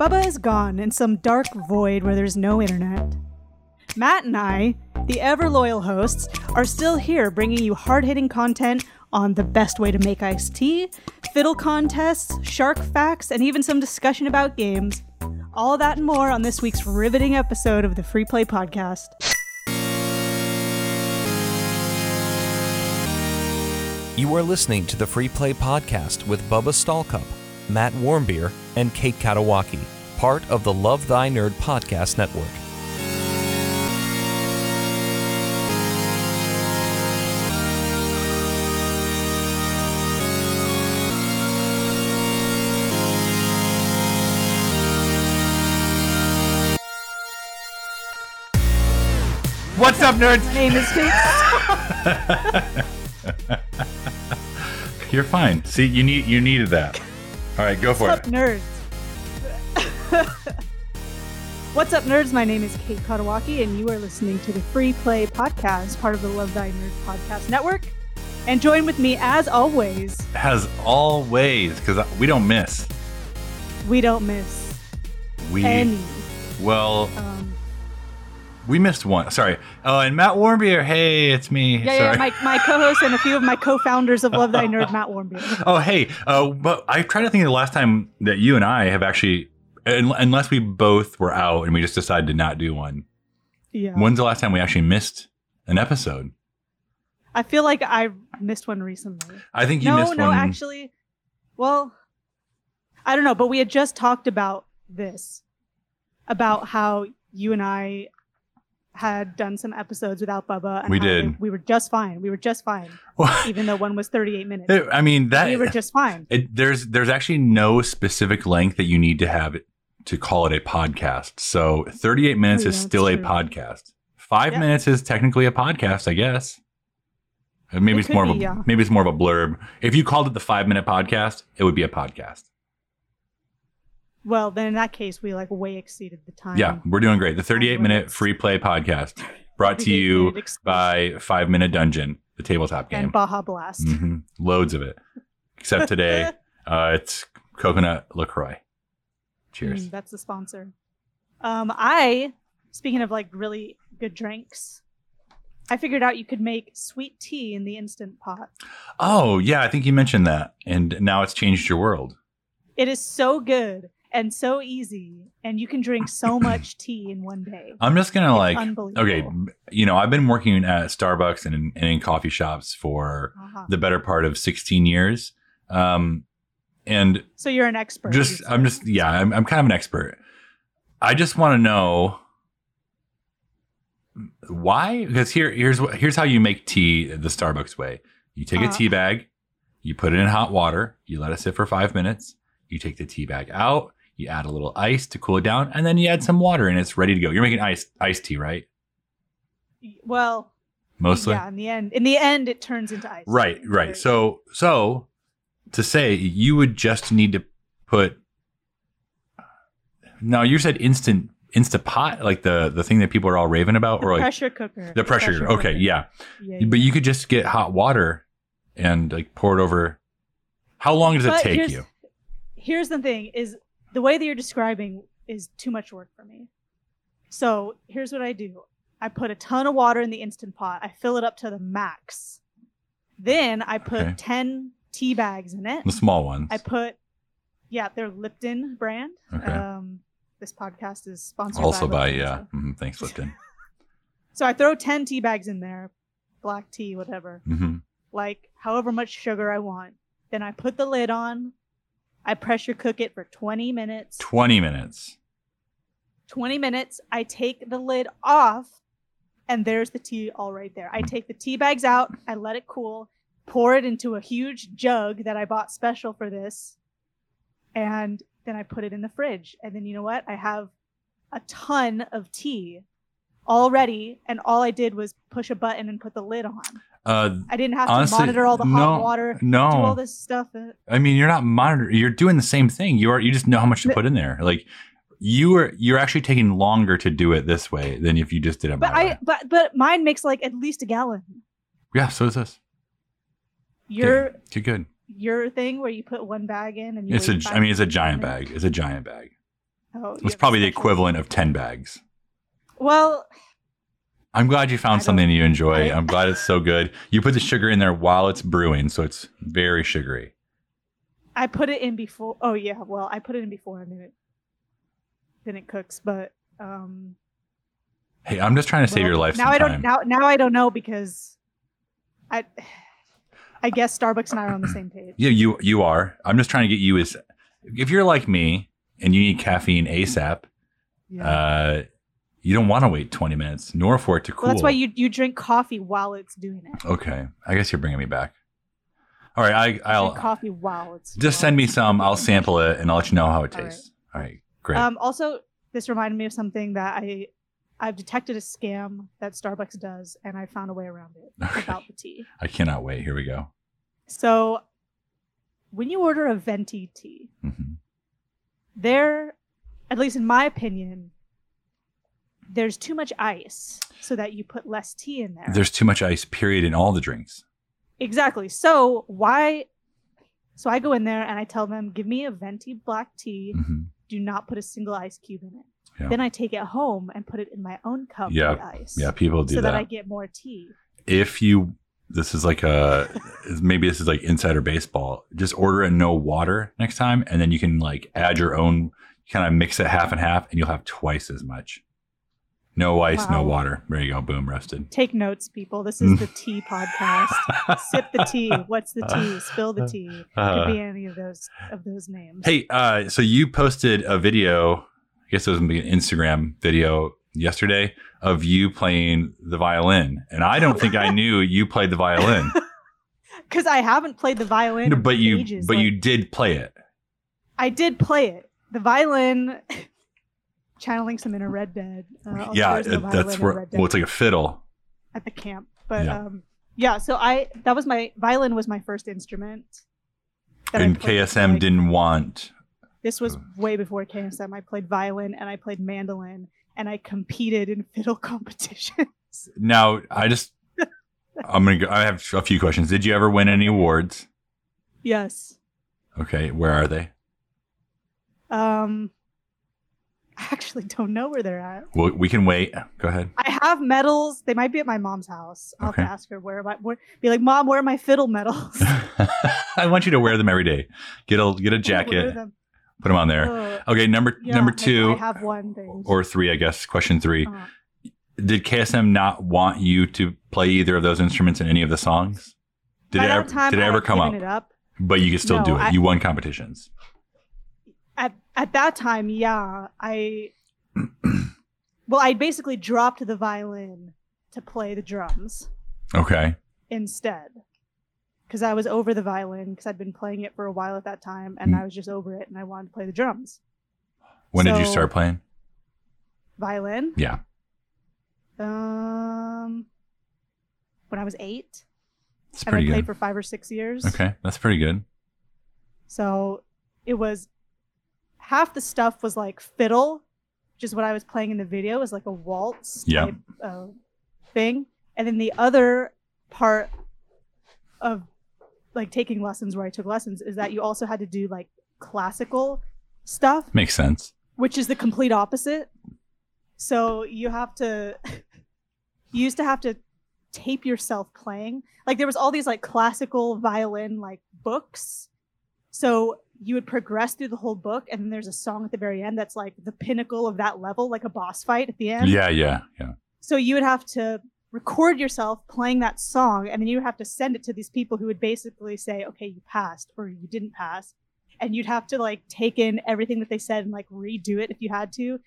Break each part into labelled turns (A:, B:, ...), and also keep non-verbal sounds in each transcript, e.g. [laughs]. A: Bubba is gone in some dark void where there's no internet. Matt and I, the ever loyal hosts, are still here bringing you hard hitting content on the best way to make iced tea, fiddle contests, shark facts, and even some discussion about games. All that and more on this week's riveting episode of the Free Play Podcast.
B: You are listening to the Free Play Podcast with Bubba Stallcup, Matt Warmbier, and Kate Katawaki, part of the Love Thy Nerd Podcast Network.
C: What's up, nerds?
A: My name is Kate.
C: You're fine. See, you need you needed that. All right, go for
A: What's up, nerds?
C: it.
A: [laughs] What's up, nerds? My name is Kate Kotowaki, and you are listening to the Free Play Podcast, part of the Love Thy Nerd Podcast Network. And join with me, as always,
C: As always, because we don't miss.
A: we don't miss
C: We
A: any.
C: well,
A: Um,
C: we missed one. Sorry. Oh, and Matt Warmbier. Hey, it's me.
A: yeah,
C: Sorry.
A: yeah, my, my co host and a few of my co founders of Love Thy Nerd, Matt Warmbier.
C: oh, hey. Uh, but I try to think of the last time that you and I have actually, un- unless we both were out and we just decided to not do one.
A: Yeah.
C: When's the last time we actually missed an episode?
A: I feel like I missed one recently.
C: I think you
A: no,
C: missed
A: no,
C: one. [laughs]
A: actually, well, I don't know, but we had just talked about this, about how you and I had done some episodes without Bubba. And
C: We
A: how
C: did.
A: they- we were just fine. We were just fine, even though one was 38 minutes.
C: I mean that.
A: we were just fine.
C: It, there's there's actually no specific length that you need to have it to call it a podcast. So 38 minutes
A: Oh,
C: is
A: yeah,
C: still a
A: that's true.
C: podcast. Five
A: Yeah.
C: minutes is technically a podcast, I guess. Uh, Maybe
A: It
C: it's
A: could
C: more of
A: be,
C: a
A: yeah.
C: maybe it's more of a blurb. If you called it the five minute podcast, it would be a podcast.
A: Well, then in that case, we like way exceeded the time.
C: Yeah, we're doing great. The 38 minute
A: minutes.
C: free play podcast brought to
A: 38
C: you
A: minute exclusive.
C: by Five Minute Dungeon, the tabletop game.
A: And Baja Blast.
C: hmm Loads of it,
A: [laughs]
C: except today. uh, it's coconut Lacroix. Cheers.
A: Mm, that's the sponsor. Um, I, speaking of like really good drinks, I figured out you could make sweet tea in the instant pot.
C: Oh, yeah, I think you mentioned that. And now it's changed your world.
A: It is so good and so easy, and you can drink
C: [laughs]
A: so much tea in one day.
C: I'm just going to like,
A: Unbelievable.
C: okay, you know, I've been working at Starbucks and in, and in coffee shops for
A: Uh-huh.
C: the better part of 16 years. Um, and
A: So you're an expert.
C: just, I'm just, yeah, I'm, I'm kind of an expert. I just want to know why, because here, here's what, here's how you make tea the Starbucks way. You take
A: Uh.
C: a tea bag, you put it in hot water, you let it sit for five minutes, you take the tea bag out, you add a little ice to cool it down, and then you add some water and it's ready to go. You're making ice iced tea, right?
A: Well,
C: Mostly.
A: yeah. In the end, in the end, it turns into ice.
C: Right, right. So, so to say you would just need to put. No, you said instant Instapot, like the the thing that people are all raving about,
A: The
C: or like
A: pressure cooker.
C: the pressure. okay,
A: cooker.
C: yeah.
A: Yeah,
C: but you could just get hot water and like pour it over. How long does it
A: But
C: take
A: here's-
C: you?
A: Here's the thing: is the way that you're describing is too much work for me. So here's what I do: I put a ton of water in the instant pot. I fill it up to the max. Then I put
C: Okay.
A: ten tea bags in it.
C: The small ones.
A: I put, yeah, they're Lipton brand.
C: Okay.
A: Um, this podcast is sponsored
C: also
A: by
C: by
A: Lipton,
C: yeah.
A: so-
C: mhm, thanks, Lipton.
A: So I throw ten tea bags in there, black tea, whatever
C: hmm
A: like however much sugar I want. Then I put the lid on. I pressure cook it for 20 minutes.
C: Twenty minutes.
A: 20 minutes. I take the lid off, and there's the tea all right there. I take the tea bags out. I let it cool. Pour it into a huge jug that I bought special for this, and then I put it in the fridge. And then you know what? I have a ton of tea already, and all I did was push a button and put the lid on.
C: Uh,
A: I didn't have to
C: honestly,
A: monitor all the
C: no,
A: hot water,
C: No,
A: do all this stuff. and-
C: I mean, you're not monitoring. You're doing the same thing. You are. You just know how much to
A: But-
C: put in there. Like you are. You're actually taking longer to do it this way than if you just did it.
A: But
C: my
A: I
C: way.
A: but but mine makes like at least a gallon.
C: Yeah. So is this.
A: Your
C: Okay, Too good.
A: your thing where you put one bag in and you
C: It's a.
A: wait five
C: I mean, it's a giant
A: minutes.
C: bag. It's a giant bag.
A: Oh, you
C: It's
A: have
C: probably the
A: special-
C: equivalent of 10 bags.
A: Well,
C: I'm glad
A: I
C: you found
A: don't-
C: something you enjoy.
A: I-
C: I'm glad it's so good. You put the sugar in there while it's brewing, so it's very sugary.
A: I put it in before. Oh yeah, well, I put it in before and then it then it cooks. But um,
C: Hey, I'm just trying to save
A: well,
C: your life
A: Now I
C: sometime.
A: don't. Now now I don't know because I I guess Starbucks and I are on the same page.
C: Yeah, you you are. I'm just trying to get you as if you're like me and you need caffeine ASAP, uh, you don't want to wait 20 minutes nor for it to cool.
A: Well, that's why you you drink coffee while it's doing it.
C: Okay, I guess you're bringing me back. All right, I,
A: Drink
C: I'll
A: coffee while it's
C: just send me some. I'll sample it and I'll let you know how it
A: All right.
C: tastes. All right, great.
A: Um, also, this reminded me of something that I I've detected a scam that Starbucks does, and I found a way around
C: [laughs]
A: it
C: Okay.
A: about the tea.
C: I cannot wait. Here we go.
A: So, when you order a venti tea,
C: Mhm.
A: there, at least in my opinion, there's too much ice, so that you put less tea in there.
C: There's too much ice. Period in all the drinks.
A: Exactly. So why? So I go in there and I tell them, give me a venti black tea.
C: hmm
A: Do not put a single ice cube in it.
C: Yeah.
A: Then I take it home and put it in my own cup
C: Yeah.
A: with ice.
C: Yeah, people do
A: so that.
C: that.
A: I get more tea.
C: if you this is like a maybe this is like insider baseball just order a no water next time and then you can like add your own kind of mix it half and half and you'll have twice as much no ice no
A: Wow.
C: water there you go
A: [laughs]
C: boom roasted
A: Take notes, people. This
C: [laughs]
A: is the tea podcast. Sip the tea. What's the tea? Spill the tea. Could
C: Uh,
A: be any of those of those names.
C: hey uh so you posted a video i guess it was an instagram video yesterday of you playing the violin and i don't think
A: [laughs]
C: i knew you played the violin
A: because I haven't played the violin. in
C: but you
A: ages.
C: but
A: Like,
C: you did play it
A: I did play it. The violin, [laughs] channeling some inner Red Dead. Uh, I'll
C: yeah
A: share some
C: it-
A: violin
C: that's
A: and
C: where
A: Red Dead
C: well it's like a fiddle
A: at the camp. But
C: Yeah.
A: um, yeah. So I that was my violin was my first instrument. that I
C: and
A: played,
C: KSM
A: like,
C: didn't want.
A: This was way before KSM. I played violin and I played mandolin and I competed in [laughs] fiddle competition.
C: Now I
A: [laughs]
C: just I'm gonna go. I have a few questions. Did you ever win any awards?
A: yes.
C: Okay, where are they?
A: Um, I actually don't know where they're at.
C: Well, we can wait. Go ahead. [laughs]
A: I have medals. They might be at my mom's house. I'll
C: Okay.
A: have to ask her where am I, where, be like, Mom, where are my fiddle medals?
C: I want you to wear them every day. Get a get a
A: Where are
C: [laughs] jacket.
A: them?
C: Put them on there.
A: Oh,
C: Okay, number
A: yeah,
C: number
A: I-
C: two
A: I have one thing.
C: or three, I guess. Question three.
A: Uh,
C: Did KSM not want you to play either of those instruments in any of the songs? Did
A: by
C: it
A: that
C: ever,
A: time,
C: did it
A: I
C: ever
A: had
C: come
A: given
C: up?
A: It up?
C: But you could still
A: No,
C: do it.
A: I-
C: you won competitions.
A: At at that time, yeah,
C: [clears throat]
A: I. well, I basically dropped the violin to play the drums
C: Okay.
A: instead, because I was over the violin because I'd been playing it for a while at that time, and
C: Mm.
A: I was just over it, and I wanted to play the drums.
C: When did you
A: So-
C: start playing?
A: Violin.
C: Yeah.
A: Um, when I was eight,
C: It's
A: and I
C: pretty
A: played
C: good.
A: for five or six years.
C: Okay, that's pretty good.
A: So it was half the stuff was like fiddle, which is what I was playing in the video, was like a waltz
C: Yeah.
A: type uh, thing, and then the other part of like taking lessons where I took lessons is that you also had to do like classical stuff,
C: Makes sense.
A: which is the complete opposite. So you have to, [laughs] you used to have to tape yourself playing. Like there was all these like classical violin like books. So you would progress through the whole book, and then there's a song at the very end that's like the pinnacle of that level, like a boss fight at the end.
C: Yeah, yeah, yeah.
A: So you would have to record yourself playing that song, and then you would have to send it to these people who would basically say, okay, you passed or you didn't pass. And you'd have to like take in everything that they said and like redo it if you had to.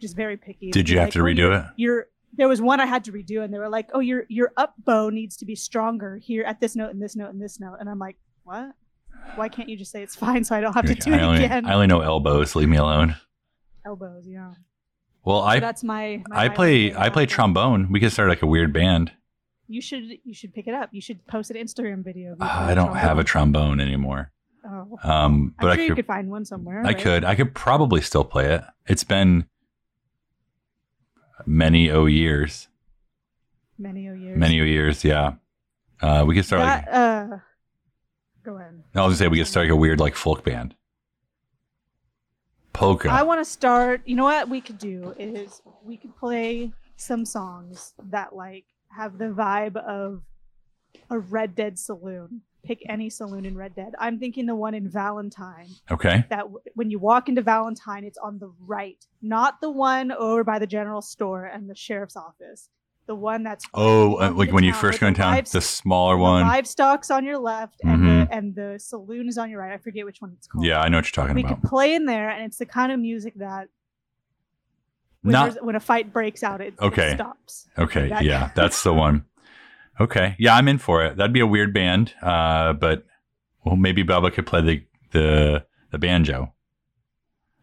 A: Just very picky.
C: Did you have to redo it?
A: You're there was one I had to redo, and they were like, "Oh, your your up bow needs to be stronger here at this note and this note and this note." And I'm like, "What? Why can't you just say it's fine so I don't have to
C: You're like,
A: do
C: I, only,
A: it again?"
C: I only know elbows. Leave me alone.
A: Elbows, yeah.
C: Well, I
A: That's my. my
C: I play
A: violin.
C: I play trombone. We could start like a weird band.
A: You should you should pick it up. You should post an Instagram video. of you
C: Uh,
A: playing
C: I don't have a
A: trombone.
C: trombone anymore.
A: Oh.
C: Um, but
A: I'm
C: I
A: sure you
C: could,
A: could find one somewhere.
C: I
A: right?
C: could I could probably still play it. It's been many o years.
A: Many o years.
C: Many o years. Yeah. Uh, we could start.
A: That,
C: like,
A: uh, go ahead.
C: I was gonna say we could start like a weird like folk band. Polka.
A: I want to start. You know what we could do is we could play some songs that like have the vibe of a Red Dead saloon. Pick any saloon in Red Dead. I'm thinking the one in Valentine.
C: okay.
A: That w- when you walk into Valentine, it's on the right, not the one over by the general store and the sheriff's office. The one that's
C: Oh, uh,
A: Welcome
C: like
A: to
C: when you
A: town
C: first
A: with
C: go in
A: the
C: town,
A: lives-
C: the smaller
A: the
C: one. Mm-hmm.
A: livestock's on your left and, the, and the saloon is on your right. I forget which one it's called.
C: Yeah, I know what you're talking
A: we
C: about.
A: could play in there, and it's the kind of music that when,
C: Not
A: there's- when a fight breaks out, it, it
C: Okay.
A: stops.
C: okay.
A: that- [laughs]
C: yeah, that's the one. Okay. Yeah, I'm in for it. That'd be a weird band, uh, but well, maybe Bubba could play the the the banjo.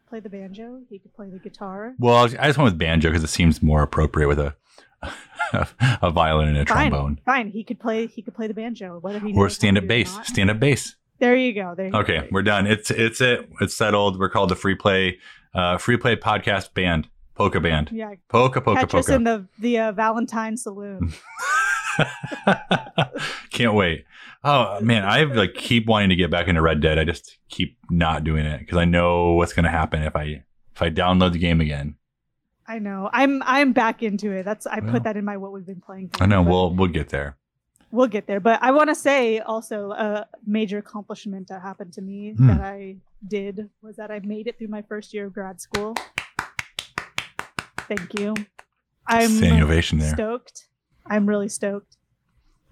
A: Play the banjo. He could play the guitar.
C: Well, I was- I just went with banjo because it seems more appropriate with a [laughs] a violin and a
A: Fine,
C: trombone
A: fine. He could play. He could play the banjo, whether he
C: or
A: knows how
C: stand
A: to
C: up
A: do it or
C: bass.
A: not.
C: Stand up bass.
A: There you go. There. You
C: Okay,
A: Go.
C: we're done. It's it's it. It's settled. We're called the Free Play uh, Free Play Podcast Band. Polka Band.
A: Yeah.
C: Polka polka
A: catch us
C: polka.
A: in the the uh, Valentine Saloon.
C: [laughs] Can't wait. Oh man, I like keep wanting to get back into Red Dead. I just keep not doing it because I know what's gonna happen if I if I download the game again.
A: I know. I'm I'm back into it. That's I
C: Well.
A: put that in my what we've been playing.
C: I know
A: thing, but
C: we'll we'll get there.
A: we'll get there. But I want to say also a major accomplishment that happened to me
C: Hmm.
A: that I did was that I made it through my first year of grad school. Thank you. I'm
C: Standing ovation there.
A: stoked. I'm really stoked.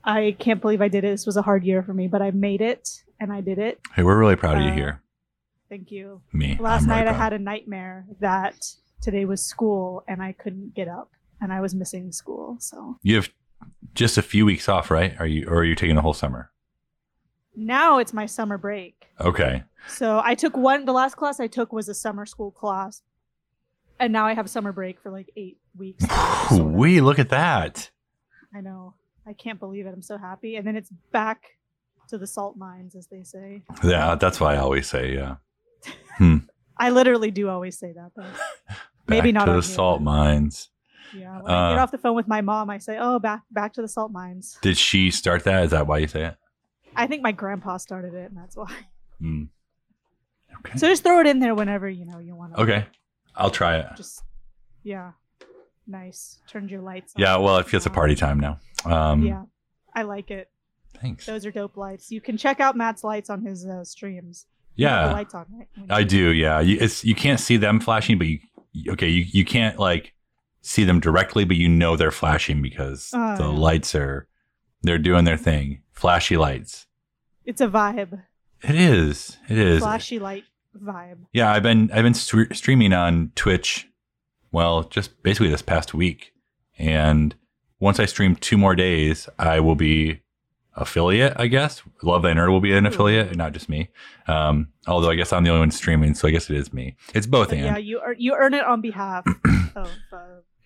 A: I can't believe I did it. This was a hard year for me, but I made it and I did it.
C: Hey, we're really proud of you
A: Uh,
C: here.
A: Thank you.
C: Me.
A: Last
C: I'm really
A: night I
C: proud.
A: had a nightmare that today was school and I couldn't get up and I was missing school. So
C: You have just a few weeks off, right? Are you or are you taking the whole summer?
A: now it's my summer break.
C: Okay.
A: So I took one. The last class I took was a summer school class, and now I have summer break for like eight
C: [laughs]
A: weeks. Sort of.
C: we look at that.
A: I know. I can't believe it. I'm so happy. And then it's back to the salt mines, as they say.
C: Yeah, that's what I always say. Yeah.
A: I literally do always say that, but
C: Back
A: Maybe not
C: to the
A: on here.
C: salt mines.
A: yeah. When I get
C: Uh.
A: off the phone with my mom, I say, "Oh, back back to the salt mines."
C: Did she start that? Is that why you say it?
A: I think my grandpa started it, and that's why.
C: Hmm. Okay.
A: So just throw it in there whenever you know you want to.
C: okay. I'll try it.
A: Just yeah, nice. Turned your lights. on.
C: Yeah. Well, it feels a party time now. Um,
A: Yeah, I like it.
C: Thanks.
A: Those are dope lights. You can check out Matt's lights on his uh, streams. You have the
C: Yeah,
A: lights on. Right? When
C: I
A: you-
C: do. Yeah. You, it's, you can't see them flashing, but you, okay. You, you can't like see them directly, but you know they're flashing because
A: Oh,
C: the
A: yeah.
C: lights are, they're doing their thing. Flashy lights.
A: It's a vibe,
C: It is. It is.
A: flashy light vibe.
C: Yeah, I've been I've been stre- streaming on Twitch. Well, just basically this past week, and once I stream two more days, I will be affiliate. I guess Love Thy Nerd will
A: Hmm.
C: be an affiliate, and not just me. Um, although I guess I'm the only one streaming, so I guess it is me. It's both,
A: But yeah,
C: and
A: you earn, you earn it on
C: [clears throat]
A: behalf of uh,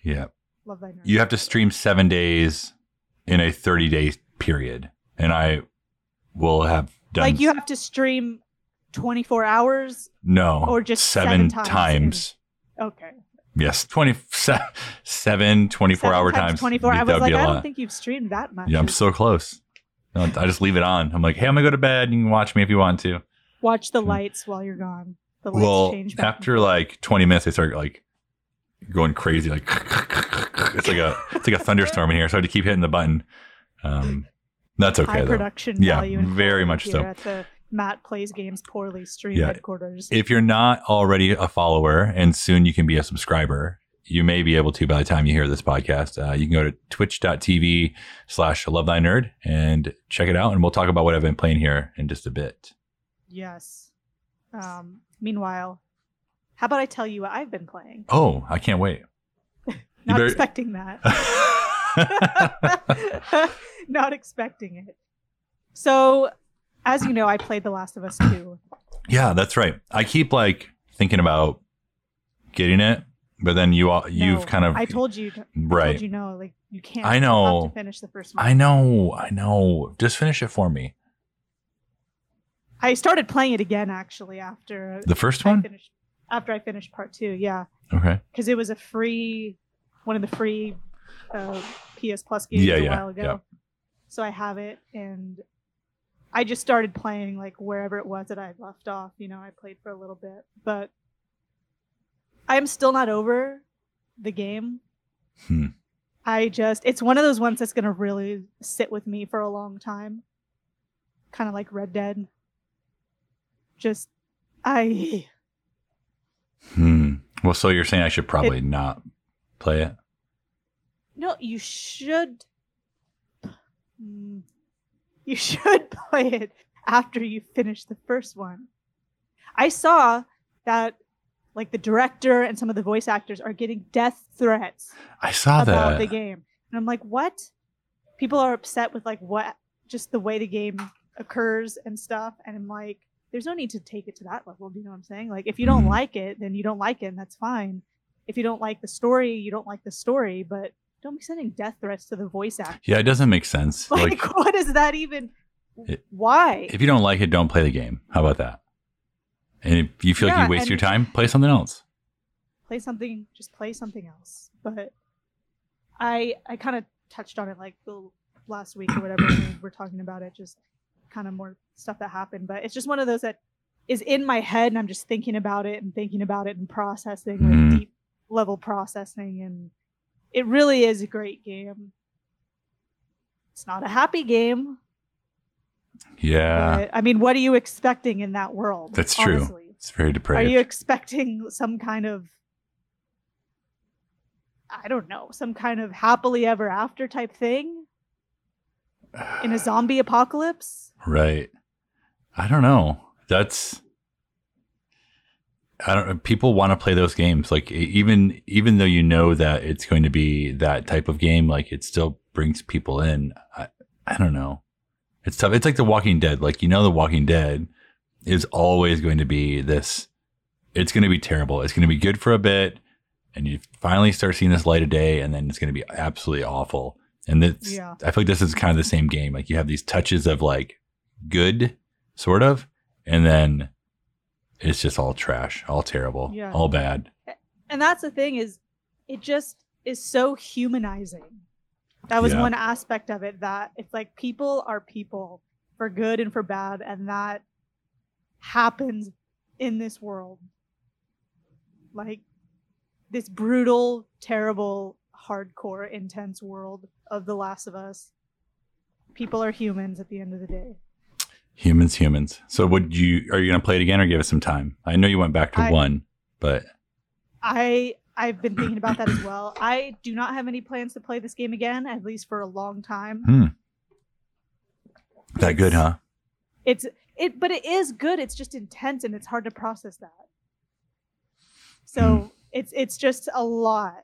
C: yeah,
A: Love Thy Nerd.
C: you have to stream seven days in a 30 day period, and I will have done
A: like you have to stream twenty four hours.
C: no
A: or just seven
C: seven,
A: times
C: times.
A: Okay,
C: Yes, 20, se- seven 24
A: Seven
C: hour
A: times
C: times.
A: Twenty four.
C: That
A: I was
C: would
A: like,
C: be a
A: I
C: lot.
A: don't think you've streamed that much.
C: Yeah, I'm so close. No, I just leave it on. I'm like, hey, I'm going to go to bed. You can watch me if you want to.
A: Watch the lights while you're gone. The lights
C: Mm. Well,
A: change. back and
C: after like 20 minutes, they start like going crazy. Like, [laughs] it's
A: [laughs]
C: like a it's like a thunderstorm in here. So I have to keep hitting the button. Um, that's
A: high
C: okay, though.
A: production
C: Yeah,
A: value. and quality
C: very much so.
A: here At the Matt plays games poorly stream
C: Yeah.
A: headquarters.
C: If you're not already a follower and soon you can be a subscriber, you may be able to by the time you hear this podcast. Uh, you can go to twitch.tv slash love thy nerd and check it out. And we'll talk about what I've been playing here in just a bit.
A: Yes. Um, meanwhile, how about I tell you what I've been playing?
C: Oh, I can't wait.
A: [laughs] Not
C: better- [laughs]
A: expecting that. [laughs] Not expecting it. So, as you know, I played The Last of Us 2.
C: yeah, that's right. I keep like thinking about getting it, but then you all, you've
A: No,
C: kind of
A: I told you. I
C: right.
A: told you no, like you can't.
C: I
A: you
C: know.
A: have to finish the first one.
C: I know, I know. Just finish it for me.
A: I started playing it again actually after
C: The first
A: I
C: one?
A: finished. After I finished part two, yeah,
C: Okay.
A: because it was a free, one of the free uh, PS Plus games
C: Yeah,
A: a
C: yeah,
A: while ago.
C: yeah.
A: So I have it, and I just started playing like wherever it was that I had left off. You know, I played for a little bit, but I'm still not over the game.
C: Hmm.
A: I just it's one of those ones that's gonna really sit with me for a long time. Kind of like Red Dead. Just I
C: Hmm. Well, so you're saying I should probably not play it?
A: no, you should Mm. you [laughs] should play it after you finish the first one. I saw that like the director and some of the voice actors are getting death threats
C: I saw
A: about
C: that.
A: the game. And I'm like, what? People are upset with like what just the way the game occurs and stuff. And I'm like, there's no need to take it to that level. Do you know what I'm saying? Like if you don't
C: Mhm.
A: like it, then you don't like it and that's fine. If you don't like the story, you don't like the story, but don't be sending death threats to the voice actor. [laughs]
C: Yeah, it doesn't make sense.
A: Like,
C: Like,
A: what is that even
C: It-
A: why?
C: if you don't like it, don't play the game. How about that? And if you feel like
A: Yeah,
C: you waste
A: and-
C: your time, play something else.
A: play something just play something else but i i kind of touched on it like the last week or whatever when we were talking about it just kind of more stuff that happened but it's just one of those that is in my head and i'm just thinking about it and thinking about it and processing
C: Mhm.
A: like deep level processing and it really is a great game it's not a happy game
C: Yeah,
A: but i mean what are you expecting in that world
C: That's true.
A: honestly?
C: it's very depraved.
A: Are you expecting some kind of I don't know, some kind of happily ever after type thing in a zombie apocalypse?
C: Right. I don't know. That's I don't people want to play those games like e- even even though you know that it's going to be that type of game like it still brings people in. I, I don't know. It's tough. It's like The Walking Dead. Like you know The Walking Dead is always going to be this it's going to be terrible. It's going to be good for a bit and you finally start seeing this light of day and then it's going to be absolutely awful. And it's
A: Yeah.
C: I feel like this is kind of the same game. Like you have these touches of like good sort of and then it's just all trash, all terrible,
A: Yeah.
C: all bad.
A: And that's the thing is it just is so humanizing. That was
C: Yeah.
A: one aspect of it that it's like people are people for good and for bad and that happens in this world. Like this brutal, terrible, hardcore, intense world of The Last of Us. People are humans at the end of the day.
C: Humans, humans. So would you are you gonna play it again or give it some time? I know you went back to
A: I-
C: one, but
A: I I've been thinking about that as well. I do not have any plans to play this game again, at least for a long time.
C: hmm. that good, huh?
A: it's it but it is good it's just intense and it's hard to process that so
C: Hmm.
A: it's it's just a lot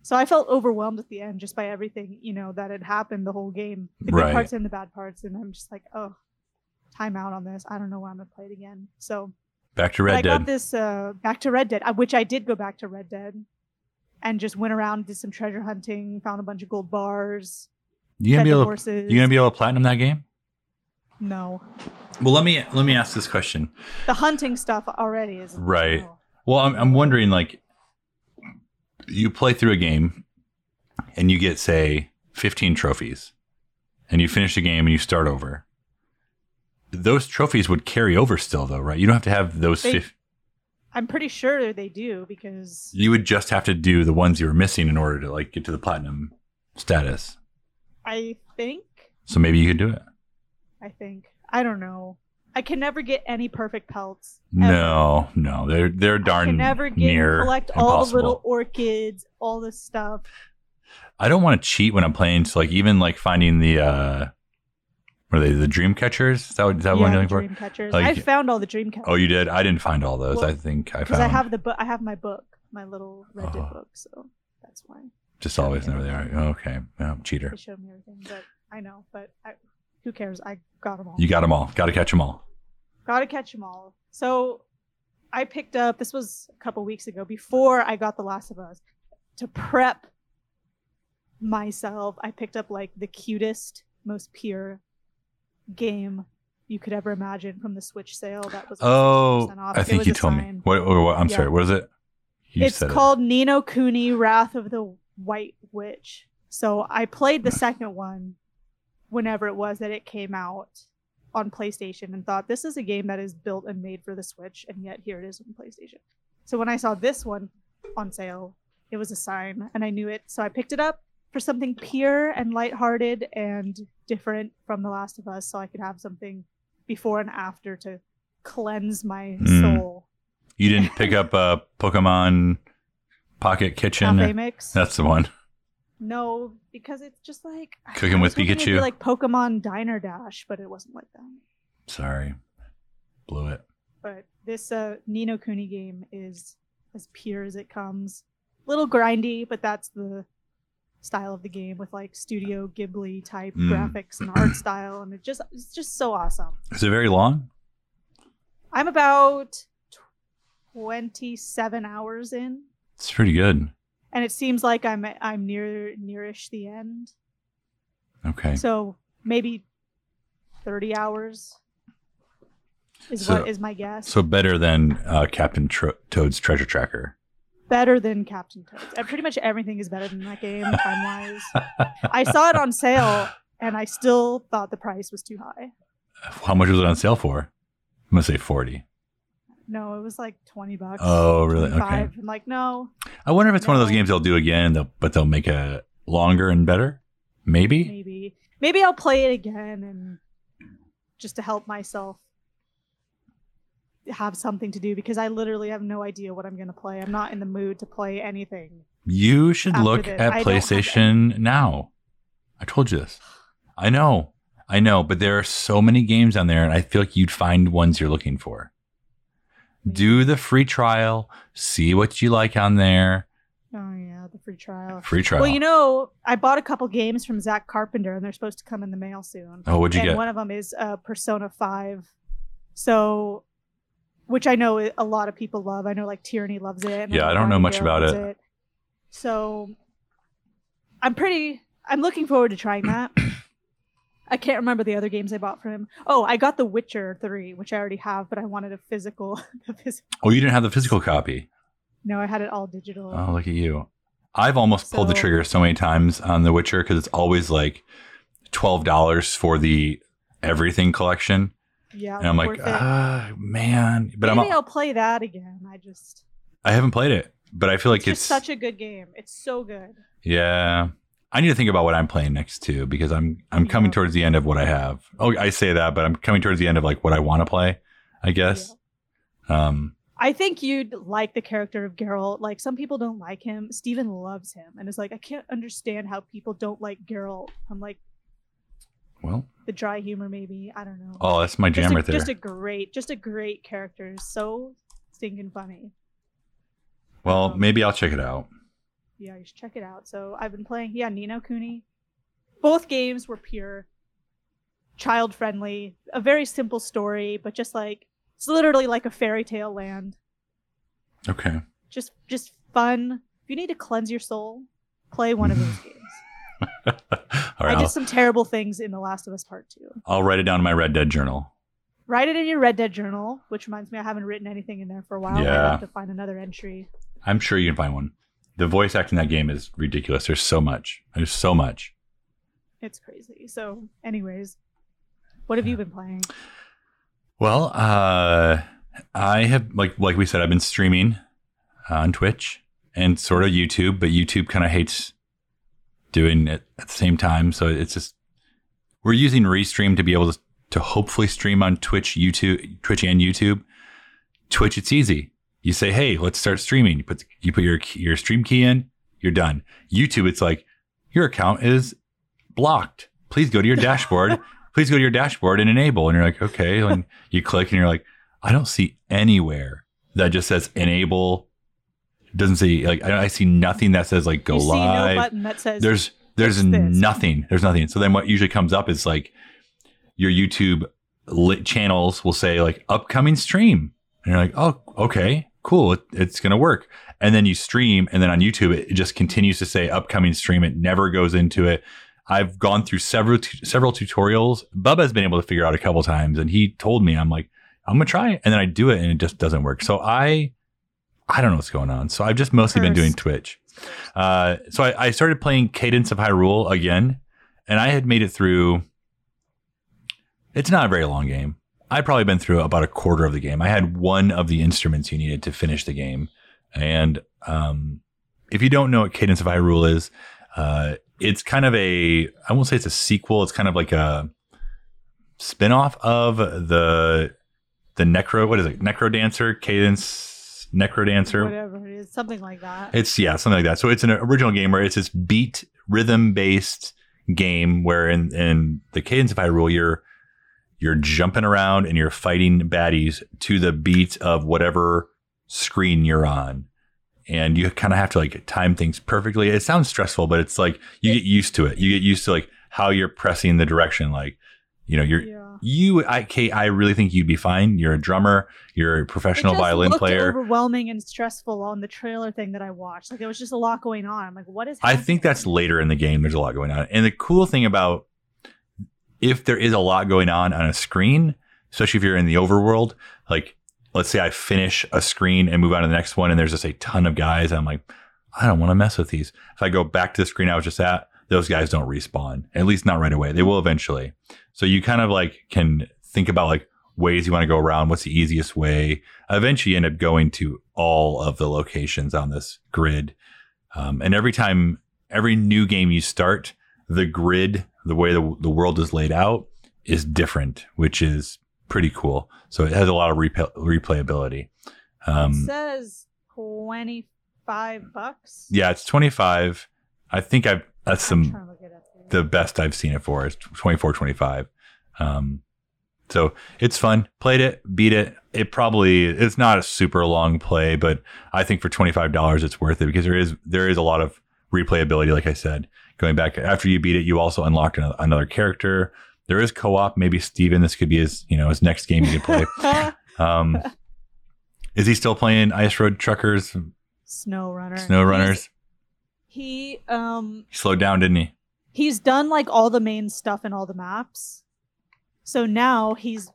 A: so i felt overwhelmed at the end just by everything you know that had happened the whole game the
C: Right.
A: good parts and the bad parts and i'm just like oh time out on this i don't know why i'm gonna play it again so
C: Back to
A: but i
C: Red
A: got
C: Dead.
A: this uh back to red dead uh, which i did go back to red dead and just went around did some treasure hunting found a bunch of gold bars
C: You
A: fed
C: gonna be
A: the
C: able to,
A: horses
C: you gonna be able to platinum that game?
A: no
C: Well let me let me ask this question.
A: the hunting stuff already is
C: Right. Well, I'm, I'm wondering like, you play through a game and you get, say, 15 trophies, and you finish the game and you start over. Those trophies would carry over still, though, right? You don't have to have those.
A: They-
C: fif-
A: I'm pretty sure they do because
C: you would just have to do the ones you were missing in order to like get to the platinum status.
A: I think
C: So maybe you could do it.
A: I think I don't know. I can never get any perfect pelts. ever.
C: No, no, they're they're
A: I
C: darn
A: can never get
C: near
A: collect all the
C: impossible.
A: little orchids, all this stuff.
C: I don't want to cheat when I'm playing. So like even like finding the uh, what are they? The dream catchers? Is that what, is that what I'm
A: yeah,
C: looking
A: the
C: for?
A: dream catchers.
C: Like-
A: I found all the dream catchers.
C: Oh, you did? I didn't find all those.
A: Well,
C: I think I
A: because
C: found
A: I have the book. I have my book, my little Red Dead
C: Oh.
A: book. So that's why
C: just always know they are. Okay, yeah, cheater.
A: they showed me everything. But I know. But I, who cares? I got them all.
C: You got them all. Got to catch them all.
A: Gotta catch them all. So I picked up, this was a couple weeks ago, before I got The Last of Us, to prep myself, I picked up like the cutest, most pure game you could ever imagine from the Switch sale. That was like,
C: Oh,
A: 60% off.
C: I
A: It
C: think
A: was
C: you
A: a
C: told me.
A: sign.
C: What, what, what- I'm
A: Yeah.
C: sorry. What is it? You
A: it's
C: said it.
A: called Nino Cooney Wrath of the White Witch. So I played the second one whenever it was that it came out on PlayStation and thought this is a game that is built and made for the Switch, and yet here it is on PlayStation. So when I saw this one on sale, it was a sign and I knew it. So I picked it up for something pure and lighthearted and different from The Last of Us so I could have something before and after to cleanse my
C: Mm.
A: soul.
C: You didn't pick up uh, Pokemon Pocket Kitchen.
A: Cafe mix.
C: That's the one.
A: No, because it's just like I
C: Cooking
A: was
C: with
A: hoping it'd be
C: Pikachu.
A: like Pokemon Diner Dash, but it wasn't like that.
C: Sorry, blew it.
A: But this uh, Nino Kuni game is as pure as it comes. Little grindy, but that's the style of the game with like Studio Ghibli type
C: Mm.
A: graphics and
C: [clears throat]
A: art style, and it just it's just so awesome.
C: Is it very long?
A: I'm about twenty-seven hours in,
C: It's pretty good.
A: and it seems like I'm I'm near nearish the end.
C: Okay.
A: So maybe 30 hours is
C: So-
A: what is my guess.
C: So better than uh, Captain Tro- Toad's Treasure Tracker.
A: better than Captain Toads. And pretty much everything is better than that
C: [laughs]
A: game time wise. I saw it on sale and I still thought the price was too high.
C: How much was it on sale for? I'm gonna say forty.
A: No, it was like 20 bucks.
C: Oh, really?
A: 25.
C: Okay.
A: I'm like, no,
C: I wonder if it's one of those
A: No.
C: games they'll do again, they'll, but they'll make a longer and better. Maybe.
A: maybe. Maybe I'll play it again and just to help myself have something to do because I literally have no idea what I'm going to play. I'm not in the mood to play anything.
C: You should
A: After
C: look
A: this,
C: at
A: I don't have
C: PlayStation now. I told you this. I know. I know, but there are so many games on there, and I feel like you'd find ones you're looking for. Do the free trial, see what you like on there.
A: Oh yeah, the free trial.
C: Free trial.
A: Oh, Well, you know, I bought a couple games from Zach Carpenter, and they're supposed to come in the mail soon.
C: oh, what'd you
A: and
C: get?
A: one of them is uh, Persona Five, so which I know i- a lot of people love. I know like Tyranny loves it. and
C: Yeah,
A: know
C: I don't know
A: Ryan
C: much
A: Gale
C: about
A: loves
C: it.
A: So I'm pretty. I'm looking forward to trying
C: [clears throat]
A: that. I can't remember the other games I bought from him. Oh, I got The Witcher Three, which I already have, but I wanted a physical. [laughs] a phys-
C: Oh, you didn't have the physical copy.
A: no, I had it all digital.
C: Oh, look at you. I've almost pulled the
A: So-
C: trigger so many times on The Witcher because it's always like $12 for the everything collection.
A: yeah,
C: And I'm like,
A: worth it.
C: ah, man. But I'm,
A: Maybe I'll play that again. I just
C: I haven't played it, but I feel like
A: it's,
C: it's,
A: just such a good game. It's so good.
C: yeah. I need to think about what I'm playing next too because I'm I'm coming
A: Yeah.
C: towards the end of what I have. Oh, I say that, but I'm coming towards the end of like what I want to play, I guess. Um,
A: I think you'd like the character of Geralt. Like some people don't like him. Steven loves him and is like, I can't understand how people don't like Geralt. I'm like
C: well,
A: the dry humor maybe. I don't know.
C: oh, that's my
A: just,
C: jam
A: a,
C: right there.
A: just a great just a great character. So stinking funny.
C: well,
A: um,
C: maybe I'll check it out.
A: Yeah, you should check it out. So I've been playing yeah, Nino Cooney. Both games were pure child friendly, a very simple story, but just like it's literally like a fairy tale land.
C: Okay. [laughs]
A: just just fun. If you need to cleanse your soul, play one of
C: [laughs]
A: those games.
C: All
A: I
C: right.
A: did
C: I'll-
A: some terrible things in The Last of Us Part Two.
C: I'll write it down in my Red Dead journal.
A: Write it in your Red Dead journal, which reminds me I haven't written anything in there for a while. I
C: Yeah.
A: have to find another entry.
C: I'm sure you can find one. The voice acting in that game is ridiculous. There's so much. There's so much.
A: It's crazy. So, anyways, what have you been playing?
C: Well, uh, I have like like we said, I've been streaming on Twitch and sort of YouTube, but YouTube kind of hates doing it at the same time. So it's just we're using Restream to be able to to hopefully stream on Twitch, YouTube, Twitch and YouTube. Twitch, it's easy. You say, "Hey, let's start streaming." You put you put your key- your stream key in. You're done. YouTube, it's like your account is blocked. Please go to
A: [laughs]
C: your dashboard. Please go to your dashboard and enable. And you're like, okay. And you click, and you're like, I don't see anywhere that just says enable. Doesn't see like I, I see nothing that says like go
A: you see
C: live.
A: no button that says
C: There's there's
A: Fix this.
C: nothing. There's nothing. So then what usually comes up is like your YouTube lit channels will say like upcoming stream, and you're like, oh, okay, cool, it, it's gonna work. And then you stream, and then on YouTube it, it just continues to say upcoming stream. It never goes into it. I've gone through several tu- several tutorials. Bubba's been able to figure out a couple times, and he told me, I'm like, I'm gonna try it, and then I do it, and it just doesn't work. So I, I don't know what's going on. So I've just mostly been doing
A: Cursed.
C: Twitch. Uh, so I, I started playing Cadence of Hyrule again, and I had made it through. It's not a very long game. I'd probably been through about a quarter of the game. I had one of the instruments you needed to finish the game, And um, if you don't know what Cadence of Hyrule is, uh, it's kind of a I won't say it's a sequel. It's kind of like a spin-off of the the Necro. What is it? Necro Dancer, Cadence Necro Dancer.
A: Whatever it is, something like that.
C: It's yeah, something like that. So it's an original game where it's this beat rhythm based game where in, in the cadence of Hyrule you're you're jumping around and you're fighting baddies to the beat of whatever screen you're on. And you kind of have to like time things perfectly. It sounds stressful, but it's like you get used to it. You get used to like how you're pressing the direction. Like, you know, you're
A: yeah.
C: you I Kate, I really think you'd be fine. You're a drummer, you're a professional
A: it just
C: violin
A: looked
C: player.
A: Overwhelming and stressful on the trailer thing that I watched. Like there was just a lot going on. I'm like, what is?
C: I think that's
A: happening?
C: later in the game. There's a lot going on. And the cool thing about if there is a lot going on on a screen, especially if you're in the overworld, like let's say I finish a screen and move on to the next one, and there's just a ton of guys. I'm like, I don't want to mess with these. If I go back to the screen I was just at, those guys don't respawn, at least not right away. They will eventually. So you kind of like can think about like ways you want to go around. What's the easiest way? Eventually, you end up going to all of the locations on this grid. Um, and every time, every new game you start, the grid, the way the, the world is laid out, is different, which is pretty cool. So it has a lot of replay,
A: It
C: replayability. Um,
A: says twenty five bucks.
C: yeah, it's 25. I think I've, that's
A: I'm
C: some
A: trying to look it up here.
C: the best I've seen it for is 24, 25. Um, so it's fun. Played it, beat it. It probably it's not a super long play, but I think for twenty five dollars it's worth it because there is there is a lot of replayability. Like I said, going back after you beat it, you also unlocked another, another character. There is co op. Maybe Steven, this could be his you know his next game he could
A: [laughs]
C: play. um, is he still playing Ice Road Truckers,
A: Snow runner.
C: Snow Runners?
A: He um
C: He slowed down, didn't he?
A: he's done like all the main stuff and all the maps. So now he's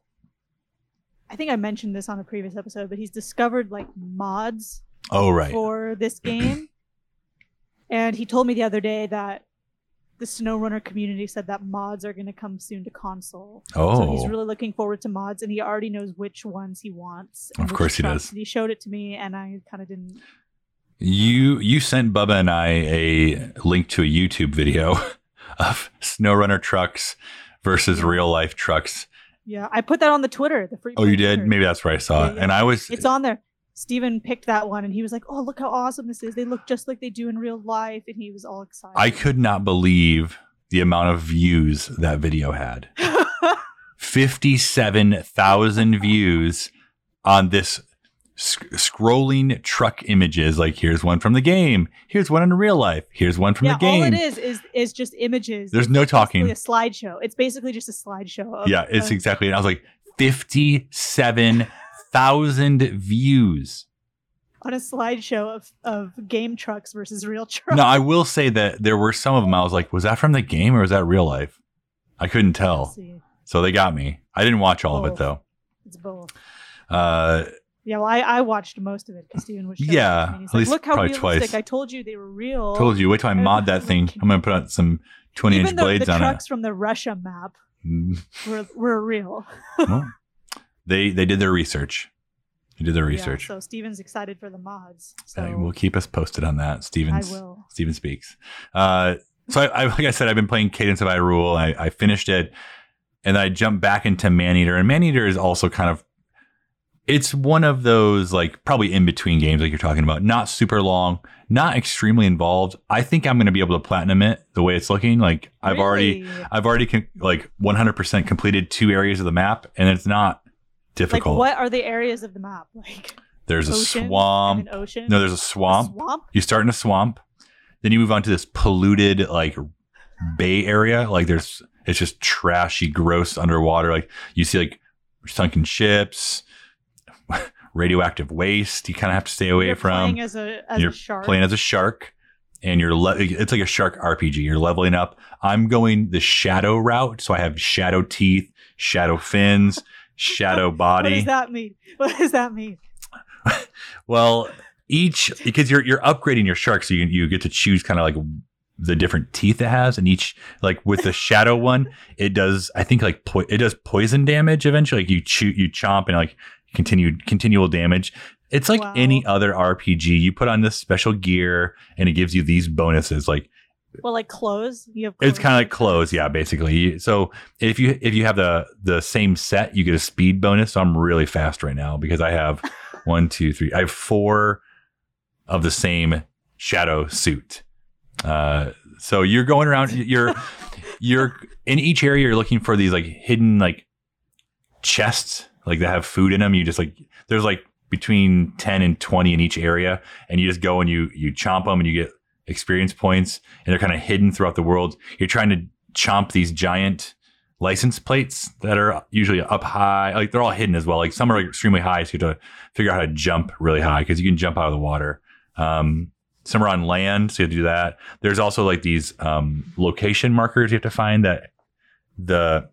A: I think I mentioned this on a previous episode, but he's discovered like mods
C: Oh right.
A: for this game. and he told me the other day that the SnowRunner community said that mods are going to come soon to console. So
C: Oh,
A: he's really looking forward to mods and he already knows which ones he wants. and
C: Of
A: which
C: course he
A: trucks.
C: does.
A: And he showed it to me and I kind of didn't.
C: You you sent Bubba and I a link to a YouTube video [laughs] of SnowRunner trucks versus real life trucks.
A: Yeah, I put that on the Twitter. The free
C: Oh, you
A: play
C: did?
A: Twitter.
C: Maybe that's where I saw it.
A: Yeah, yeah.
C: And I was
A: It's on there. Steven picked that one and he was like, "Oh, look how awesome this is. They look just like they do in real life." And he was all excited. [laughs]
C: I [laughs] could not believe the amount of views that video had. Fifty seven thousand views on this sc- scrolling truck images. Like here's one from the game. Here's one in real life. Here's one from
A: yeah,
C: the game.
A: all it is is is just images.
C: There's no talking.
A: It's basically a slideshow. It's basically just a slideshow. Of,
C: yeah, it's
A: of-
C: exactly. And I was like, fifty-seven thousand views.
A: on a slideshow of of game trucks versus real trucks. [laughs]
C: Now, I will say that there were some of them. I was like, was that from the game or was that real life? I couldn't tell.
A: Let's see.
C: So they got me. I didn't watch all of it
A: Oh.
C: though.
A: It's both.
C: Uh,
A: Yeah, well, I, I watched most of it because Steven was. showing it
C: Yeah,
A: to me, and he's
C: at
A: like,
C: least
A: look how
C: probably
A: realistic.
C: twice.
A: I told you they were real.
C: told you. Wait till I
A: don't
C: mod
A: know.
C: that thing. I'm gonna put out some
A: Oh. Even
C: twenty-inch
A: the,
C: blades
A: the
C: on
A: trucks from the Russia map
C: it.
A: were were real.
C: Well, they they did their research. They did their research.
A: Yeah, so Steven's excited for the mods. So
C: Uh, we'll keep us posted on that,
A: I
C: Stevens.
A: will.
C: Steven speaks. Uh, so I, I, like I said, I've been playing Cadence of Hyrule. I, I finished it, and I jumped back into Maneater. And Maneater is also kind of, it's one of those like probably in between games like you're talking about. Not super long, not extremely involved. I think I'm going to be able to platinum it the way it's looking. Like I've already,
A: Really?
C: I've already con- like 100% completed two areas of the map, and it's not
A: like
C: difficult.
A: what are the areas of the map like?
C: There's a
A: ocean and
C: swamp.
A: An ocean.
C: No, there's a
A: A
C: swamp.
A: swamp.
C: You start in a swamp, then you move on to this polluted like bay area. Like there's it's just trashy, gross underwater. Like you see like sunken ships, [laughs] radioactive waste. You kind of have to stay away
A: You're
C: from
A: playing as a as
C: You're
A: a shark.
C: playing as a shark and you're le- it's like a shark RPG. You're leveling up. I'm going the shadow route, so I have shadow teeth, shadow fins,
A: [laughs]
C: shadow
A: What
C: body.
A: does that mean? [laughs] What does that mean?
C: Well, each because you're you're upgrading your shark, so you you get to choose kind of like the different teeth it has, and each like with the shadow one, it does I think like po- it does poison damage eventually. Like you chew, you chomp, and like continued continual damage. It's like
A: Wow.
C: any other RPG. You put on this special gear and it gives you these bonuses. Like
A: Well, like clothes. You have.
C: it's kind of like clothes, yeah, basically. You- So if you if you have the the same set, you get a speed bonus. So I'm really fast right now because I have one, two, three. I have four of the same shadow suit. Uh, so you're going around. You're you're in each area. You're looking for these like hidden like chests like that have food in them. You just like there's like between ten and twenty in each area, and you just go and you you chomp them and you get experience points and they're kind of hidden throughout the world. You're trying to chomp these giant license plates that are usually up high. Like they're all hidden as well. Like some are extremely high, so you have to figure out how to jump really high because you can jump out of the water. Um, some are on land, so you have to do that. There's also like these um, location markers you have to find that the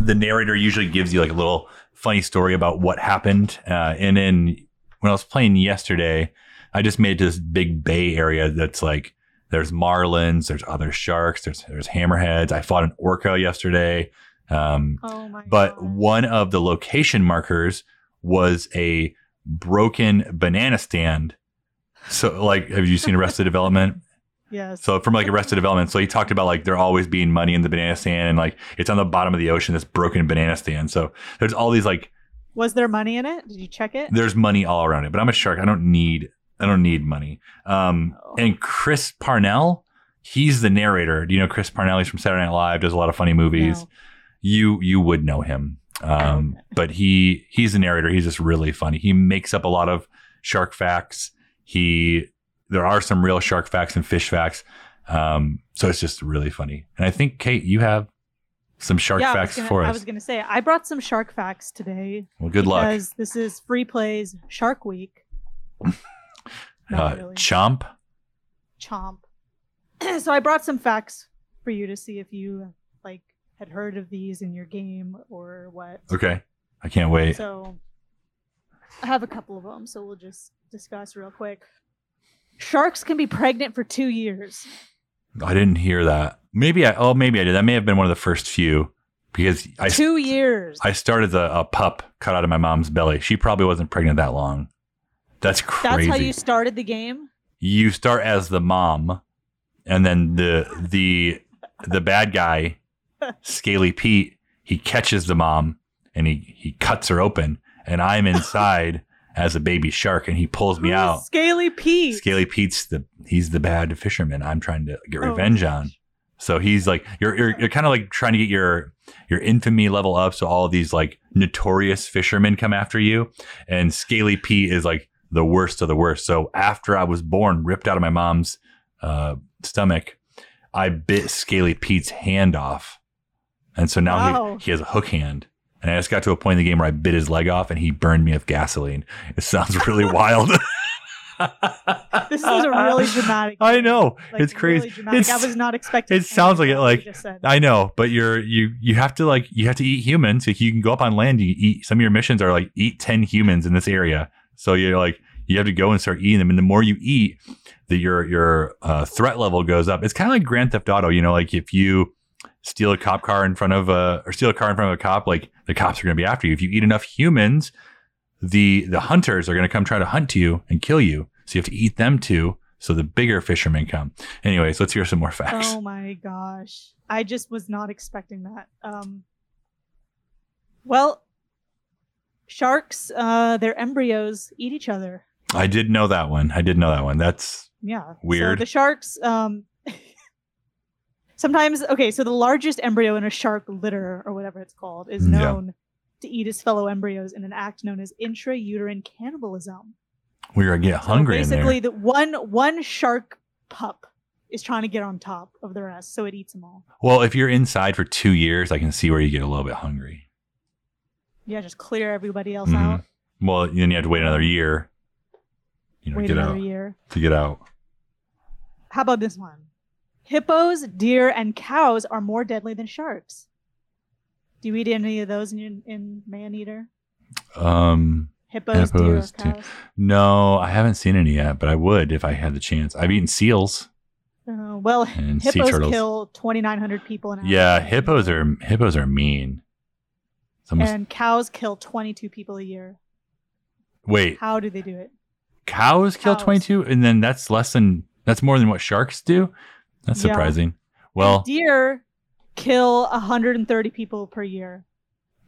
C: the narrator usually gives you like a little funny story about what happened. Uh, and then when I was playing yesterday, I just made it to this big bay area that's like there's marlins, there's other sharks, there's there's hammerheads. I fought an orca yesterday. Um,
A: Oh my.
C: but
A: God.
C: one of the location markers was a broken banana stand. So like have you seen Arrested Development?
A: Yes.
C: So from like Arrested Development, so he talked about like there always being money in the banana stand and like it's on the bottom of the ocean, this broken banana stand. So there's all these like
A: Was there money in it? Did you check it?
C: there's money all around it. But I'm a shark. I don't need I don't need money. Um,
A: Oh.
C: and Chris Parnell, he's the narrator. Do you know Chris Parnell? He's from Saturday Night Live. Does a lot of funny movies.
A: No.
C: You you would know him. Um, but he he's the narrator. He's just really funny. He makes up a lot of shark facts. He there are some real shark facts and fish facts. Um, so it's just really funny. And I think Kate, you have some shark
A: Yeah, I was
C: facts
A: gonna-
C: for
A: I
C: us.
A: was gonna say I brought some shark facts today
C: well, good luck.
A: because this is Free Plays Shark
C: [laughs]
A: Week.
C: Uh,
A: Not really.
C: Chomp.
A: chomp. [clears throat] so I brought some facts for you to see if you like had heard of these in your game or what.
C: Okay. I can't wait.
A: So I have a couple of them, so we'll just discuss real quick. Sharks can be pregnant for two years.
C: I didn't hear that. Maybe I oh maybe I did. That may have been one of the first few because I
A: two years.
C: I started the a pup cut out of my mom's belly. She probably wasn't pregnant that long. That's
A: That's
C: crazy.
A: how you
C: you,
A: started the game.
C: start as the mom, and then the the the bad guy, Scaly Pete, he catches the mom and he he cuts her open, and I'm inside as a baby shark, and he pulls me
A: Who's
C: out.
A: Scaly Pete.
C: Scaly Pete's the he's the bad fisherman. I'm trying to get
A: Oh,
C: revenge
A: gosh.
C: on. So he's like you're you're, you're kind of like trying to get your your infamy level up. So all of these like notorious fishermen come after you, and Scaly Pete is like the worst of the worst. So after I was born, ripped out of my mom's uh, stomach, I bit Scaly Pete's hand off, and so now
A: Wow.
C: he, he has a hook hand. And I just got to a point in the game where I bit his leg off, and he burned me with gasoline. It
A: [laughs]
C: sounds really wild.
A: This is a
C: [laughs]
A: really dramatic.
C: I know
A: like,
C: it's crazy.
A: really dramatic.
C: It's-
A: I was not expecting.
C: it sounds like it,
A: anything else you
C: like,
A: just said.
C: I know, but you're you you have to like you have to eat humans. If you can go up on land, you eat. Some of your missions are like eat ten humans in this area. So you're like you have to go and start eating them. And the more you eat, the your your uh, threat level goes up. It's kind of like Grand Theft Auto. You know, like if you steal a cop car in front of a or steal a car in front of a cop, like the cops are going to be after you. If you eat enough humans, the the hunters are going to come try to hunt you and kill you. So you have to eat them too. So the bigger fishermen come. Anyways, let's hear some more facts.
A: Oh my gosh. I just was not expecting that. Um, well, sharks, uh, their embryos eat each other.
C: I did know that one. I did know that one. That's
A: Yeah. So
C: Weird.
A: the sharks, um, [laughs] sometimes, okay, so the largest embryo in a shark litter or whatever it's called is
C: Mm, Yeah.
A: known to eat its fellow embryos in an act known as intrauterine cannibalism.
C: we were get
A: So
C: hungry in
A: basically,
C: there.
A: the one one shark pup is trying to get on top of the rest, so it eats them all.
C: Well, if you're inside for two years, I can see where you get a little bit hungry.
A: Yeah, just clear everybody else
C: Mhm.
A: out.
C: Well, then you have to wait another year. You know,
A: Wait
C: get
A: another
C: out
A: year.
C: to get out.
A: How about this one? Hippos, deer, and cows are more deadly than sharks. Do you eat any of those in, your, in Man Eater?
C: Um,
A: Hippos, deer, or
C: Hippos, deer.
A: cows?
C: no, I haven't seen any yet, but I would if I had the chance. I've eaten seals
A: Uh, well,
C: and sea
A: hippos
C: turtles.
A: kill 2,900 people in Africa.
C: yeah, hippos are hippos are mean. It's almost-
A: And cows kill 22 people a year.
C: Wait,
A: How do they do it?
C: cows kill
A: Cows.
C: 22 and then that's less than that's more than what sharks do that's
A: Yeah.
C: surprising well
A: Deer kill 130 people per year,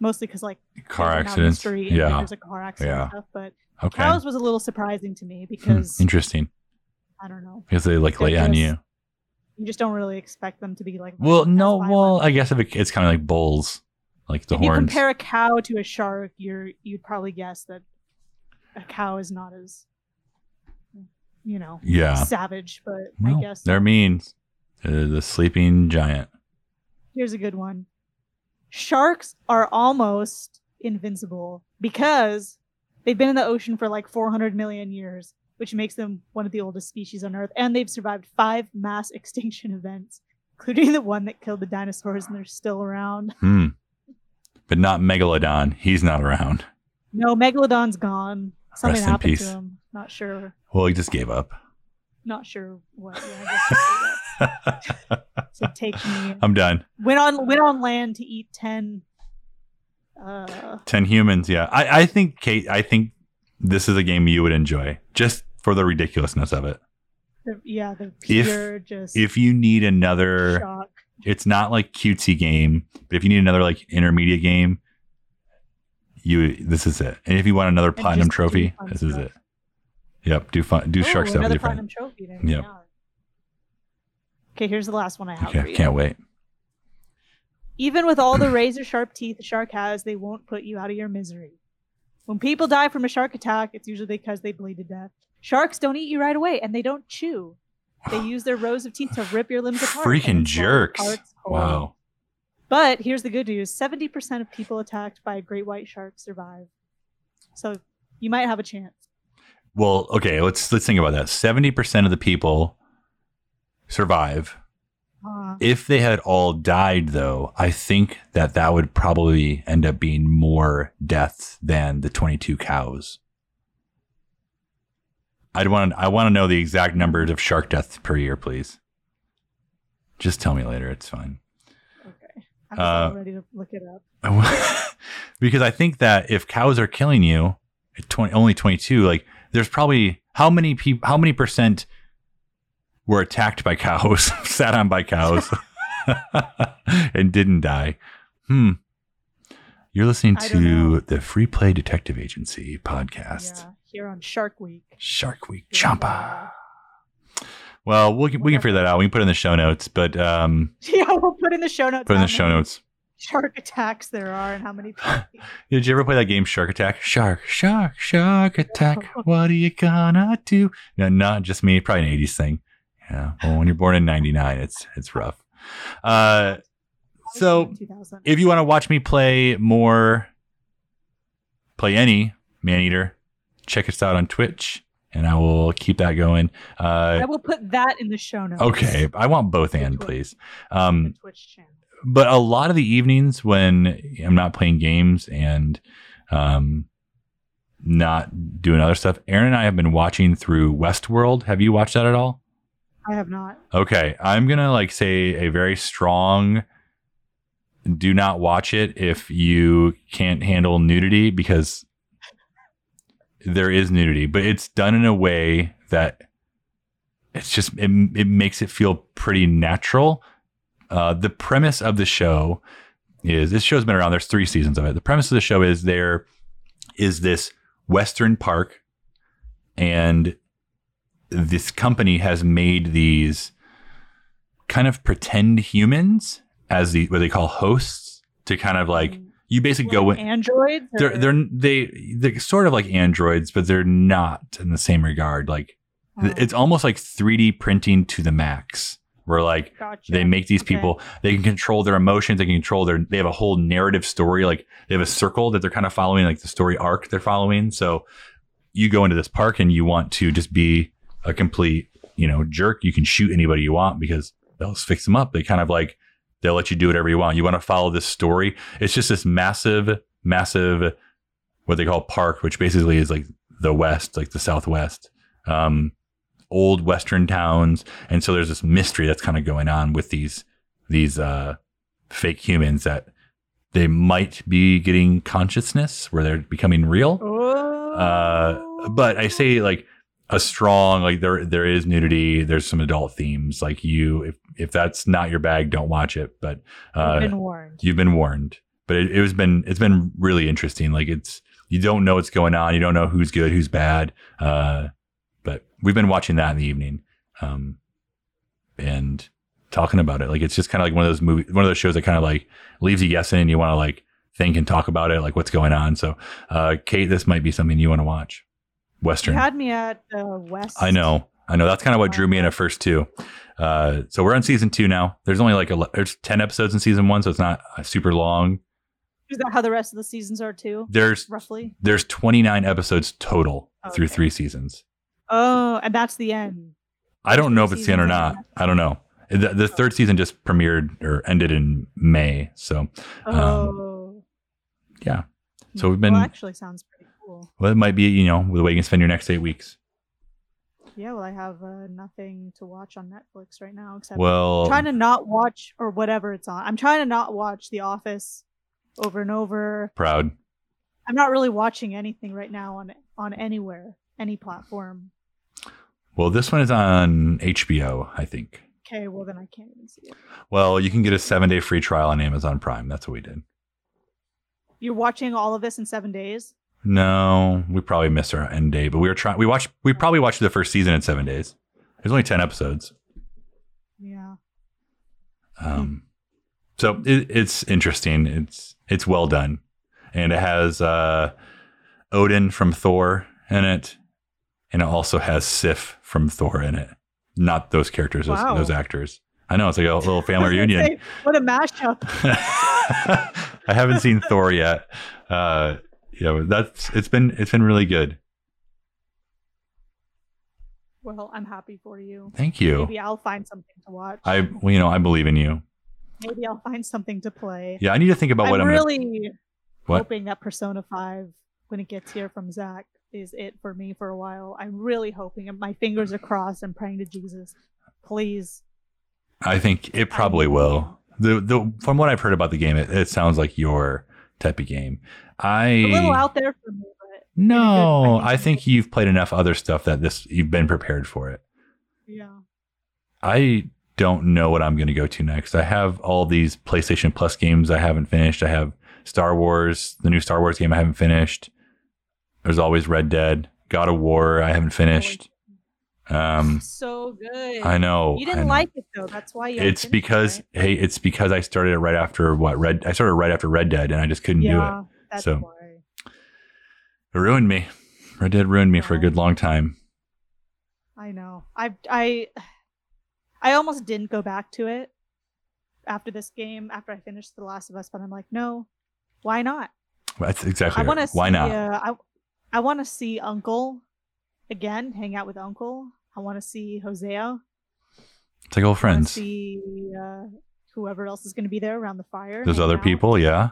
A: mostly because like
C: car
A: they're down the
C: accidents
A: street and
C: yeah
A: there's a car accident
C: Yeah.
A: and stuff. But
C: okay
A: cows was a little surprising to me
C: Hmm,
A: because
C: interesting
A: I don't know,
C: because they like
A: They're
C: lay on
A: just-
C: you
A: you just don't really expect them to be like.
C: well
A: violent,
C: no
A: as
C: well
A: violent.
C: i guess if it, it's kind of like bulls like the
A: if you
C: horns
A: compare a cow to a shark, you're you'd probably guess that a cow is not as you know
C: yeah
A: savage, but
C: well,
A: I guess
C: they're mean They're the sleeping giant
A: here's a good one. Sharks are almost invincible because they've been in the ocean for like 400 million years, which makes them one of the oldest species on Earth, and they've survived five mass [laughs] extinction events, including the one that killed the dinosaurs, and they're still around.
C: hmm but not megalodon he's not around
A: No, megalodon's gone. Something
C: Rest in
A: happened
C: peace.
A: to him. Not sure.
C: well he just
A: [laughs]
C: gave up
A: Not sure what. Yeah, I guess
C: [laughs]
A: so take me.
C: i'm done
A: Went on went on land to eat ten. Uh,
C: 10 humans yeah I, I think kate i think this is a game you would enjoy just for the ridiculousness of it
A: the, yeah, the
C: If-
A: pure just.
C: if you need another
A: shock.
C: it's not like cutesy game but if you need another like intermediate game you this is it and if you want another platinum
A: just do
C: trophy
A: fun
C: this is
A: stuff.
C: it yep do fun do shark
A: Ooh,
C: stuff with
A: Oh, Another
C: your friend
A: platinum trophy. There.
C: Yep.
A: Yeah. Okay, here's the last one I have for
C: okay
A: you.
C: can't wait
A: Even with
C: [clears throat]
A: all the razor sharp teeth a shark has, they won't put you out of your misery. When people die from a shark attack, it's usually because they bleed to death. Sharks don't eat you right away, and they don't chew. They use their rows of teeth to rip your limbs apart. and
C: freaking
A: swallow
C: jerks
A: parts whole.
C: wow
A: But here's the good news 70% of people attacked by great white sharks survive. So you might have a chance.
C: well okay let's let's think about that 70% of the people survive
A: Uh,
C: if they had all died though i think that that would probably end up being more deaths than the 22 cows i'd want i want to know the exact numbers of shark deaths per year please just tell me later it's fine
A: okay. I'm
C: Uh,
A: so ready to look it up.
C: [laughs] because i think that if cows are killing you at 20, only 22 like there's probably how many people how many percent were attacked by [laughs] cows sat on by cows [laughs] and didn't die hmm you're listening
A: I don't know.
C: to the free play detective agency podcast
A: Yeah, here on Shark Week.
C: shark week
A: Here we
C: champa
A: are.
C: well we'll, we can figure that out we can put it in the show notes but um
A: [laughs] Yeah, we'll put in the show notes.
C: put it in
A: how
C: the show
A: many
C: notes
A: Shark attacks there are and how many.
C: [laughs]
A: people-
C: Did you ever play that game Shark Attack? Shark, shark, shark attack. What are you gonna do? No, not just me. Probably an '80s thing. Yeah. Well, when you're born in '99, it's it's rough. Uh, so
A: 2000.
C: if you want to watch me play more, play any Man Eater, check us out on Twitch, and I will keep that going. Uh,
A: I will put that in the show notes.
C: okay, I want both
A: The
C: and
A: Twitch.
C: please.
A: The
C: Um,
A: Twitch channel.
C: but a lot of the evenings when I'm not playing games and um, not doing other stuff, Aaron and I have been watching through Westworld. Have you watched that at all?
A: I have not.
C: Okay, I'm gonna like say a very strong. Do not watch it if you can't handle nudity because there is nudity, but it's done in a way that it's just it, it makes it feel pretty natural. Uh, the premise of the show is this show's been around. There's three seasons of it. The premise of the show is there is this Western park, and this company has made these kind of pretend humans as the what they call hosts to kind of like
A: Mm.
C: you basically go in
A: androids.
C: they're
A: or-
C: they're they they're sort of like androids, but they're not in the same regard. Like
A: Oh,
C: it's almost like 3D printing to the max. Where like
A: oh, gotcha.
C: they make these
A: Okay.
C: people they can control their emotions, they can control their they have a whole narrative story. Like they have a circle that they're kind of following, like the story arc they're following. So you go into this park and you want to just be a complete, you know, jerk. You can shoot anybody you want because they'll fix them up. They kind of like they'll let you do whatever you want. You want to follow this story. It's just this massive, massive what they call park, which basically is like the West, like the Southwest, um, old Western towns. And so there's this mystery that's kind of going on with these these uh, fake humans that they might be getting consciousness where they're becoming real.
A: Oh,
C: Uh, but I say like a strong like there there is nudity. There's some adult themes. Like you, if if that's not your bag, don't watch it. But uh,
A: I've been warned.
C: you've been warned. But it, it has been it's been really interesting. Like it's you don't know what's going on. You don't know who's good, who's bad. Uh, but we've been watching that in the evening, um, and talking about it. Like it's just kind of like one of those movie, one of those shows that kind of like leaves you guessing, and you want to like think and talk about it, like what's going on. So, uh, Kate, this might be something you want to watch.
A: You
C: Western.
A: had me at uh, West.
C: I know. I know. That's kind of what drew me in at first too. Uh, so we're on season two now. There's only like ele- there's ten episodes in season one, so it's not uh, super long.
A: Is that how the rest of the seasons are too?
C: There's
A: Roughly.
C: there's 29 episodes total through
A: Okay.
C: three seasons.
A: Oh, and that's the end.
C: I don't know if
A: Three
C: it's the end or
A: seasons,
C: not.
A: yeah.
C: I don't know. The, the third season just premiered or ended in May, so Um,
A: Oh.
C: yeah. so we've been-
A: Well, actually, sounds pretty cool.
C: well, it might be you know the way you can spend your next eight weeks.
A: Yeah. Well, I have uh, nothing to watch on Netflix right now except
C: Well,
A: trying to not watch or whatever it's on. I'm trying to not watch The Office over and over.
C: proud.
A: I'm not really watching anything right now on on anywhere, any platform.
C: Well, this one is on HBO, I think.
A: Okay, well then I can't even see it.
C: Well, you can get a seven day free trial on Amazon Prime. That's what we did.
A: You're watching all of this in seven days.
C: No, we probably missed our end day, but we were trying. We watched. We probably watched the first season in seven days. There's only ten episodes.
A: Yeah.
C: Um, so it, it's interesting. It's it's well done, and it has uh, Odin from Thor in it, and it also has Sif from Thor in it. Not those characters, those,
A: Wow.
C: those actors. I know it's like
A: [laughs]
C: a little family
A: I was gonna
C: reunion.
A: say, what a mashup.
C: [laughs] I haven't seen Thor yet. Uh, yeah, but that's it's been it's been really good.
A: Well, I'm happy for you.
C: Thank you.
A: Maybe I'll find something to watch.
C: I well, you know I believe in you.
A: Maybe I'll find something to play.
C: Yeah, I need to think about what
A: I'm
C: I'm
A: really
C: What?
A: hoping that Persona 5, when it gets here from Zach, is it for me for a while. I'm really hoping. and My fingers are crossed. I'm praying to Jesus. Please.
C: gonna. I think it probably will. The the from what I've heard about the game, it, it sounds like your type of game. I
A: A little out there for me, but
C: no,
A: good- I
C: I
A: think-
C: think you've played enough other stuff that this you've been prepared for it.
A: yeah.
C: I don't know what I'm going to go to next. I have all these PlayStation Plus games I haven't finished. I have Star Wars, the new Star Wars game I haven't finished. There's always Red Dead, God of War I haven't finished. Um,
A: So good.
C: I know.
A: You
C: I
A: didn't
C: know.
A: like it though. That's why you.
C: it's because hey, it's because I started it right after what Red. I started right after Red Dead, and I just couldn't do it.
A: yeah, that's
C: So-
A: why.
C: It ruined me. Red Dead ruined me for a
A: Yeah.
C: good long time.
A: I know. I I I almost didn't go back to it after this game after I finished The Last of Us, but I'm like, no, why not?
C: That's exactly.
A: I
C: right.
A: want to.
C: Why not?
A: Uh, I I want to see Uncle again. Hang out with Uncle. I want to see Hosea.
C: It's like old
A: I want
C: friends.
A: to see uh, whoever else is going to be there around the fire.
C: There's
A: hanging
C: other
A: out.
C: people. Yeah.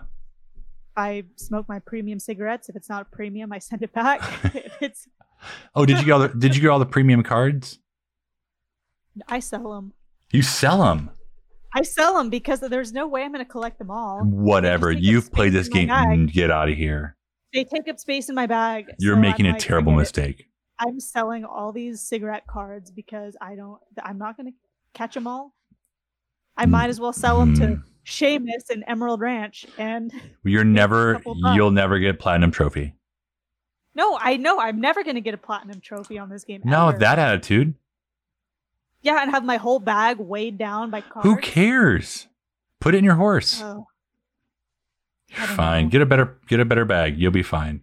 A: I smoke my premium cigarettes. If it's not premium, I send it
C: [laughs]
A: back. if it's
C: Oh, did you get all the, did you get all the premium cards?
A: I sell them.
C: You sell them.
A: I sell them because there's no way I'm going to collect them all.
C: Whatever.
A: Just take
C: You've
A: up
C: played
A: space
C: this
A: in
C: game.
A: my bag.
C: Mm, Get out of here.
A: They take up space in my bag.
C: You're
A: so
C: making
A: I'm
C: a
A: like,
C: terrible
A: forget it.
C: mistake.
A: I'm selling all these cigarette cards because I don't. I'm not going to catch them all.
C: Mm.
A: I might as well sell them to Seamus and Emerald Ranch. And [laughs]
C: You're never.
A: couple bucks.
C: You'll never get platinum trophy.
A: no, I know I'm never going to get a platinum trophy on this game.
C: No,
A: ever.
C: that attitude.
A: yeah, and have my whole bag weighed down by cards.
C: Who cares? Put it in your horse.
A: Oh,
C: You're
A: I don't
C: fine.
A: know.
C: Get a better. Get a better bag. You'll be fine.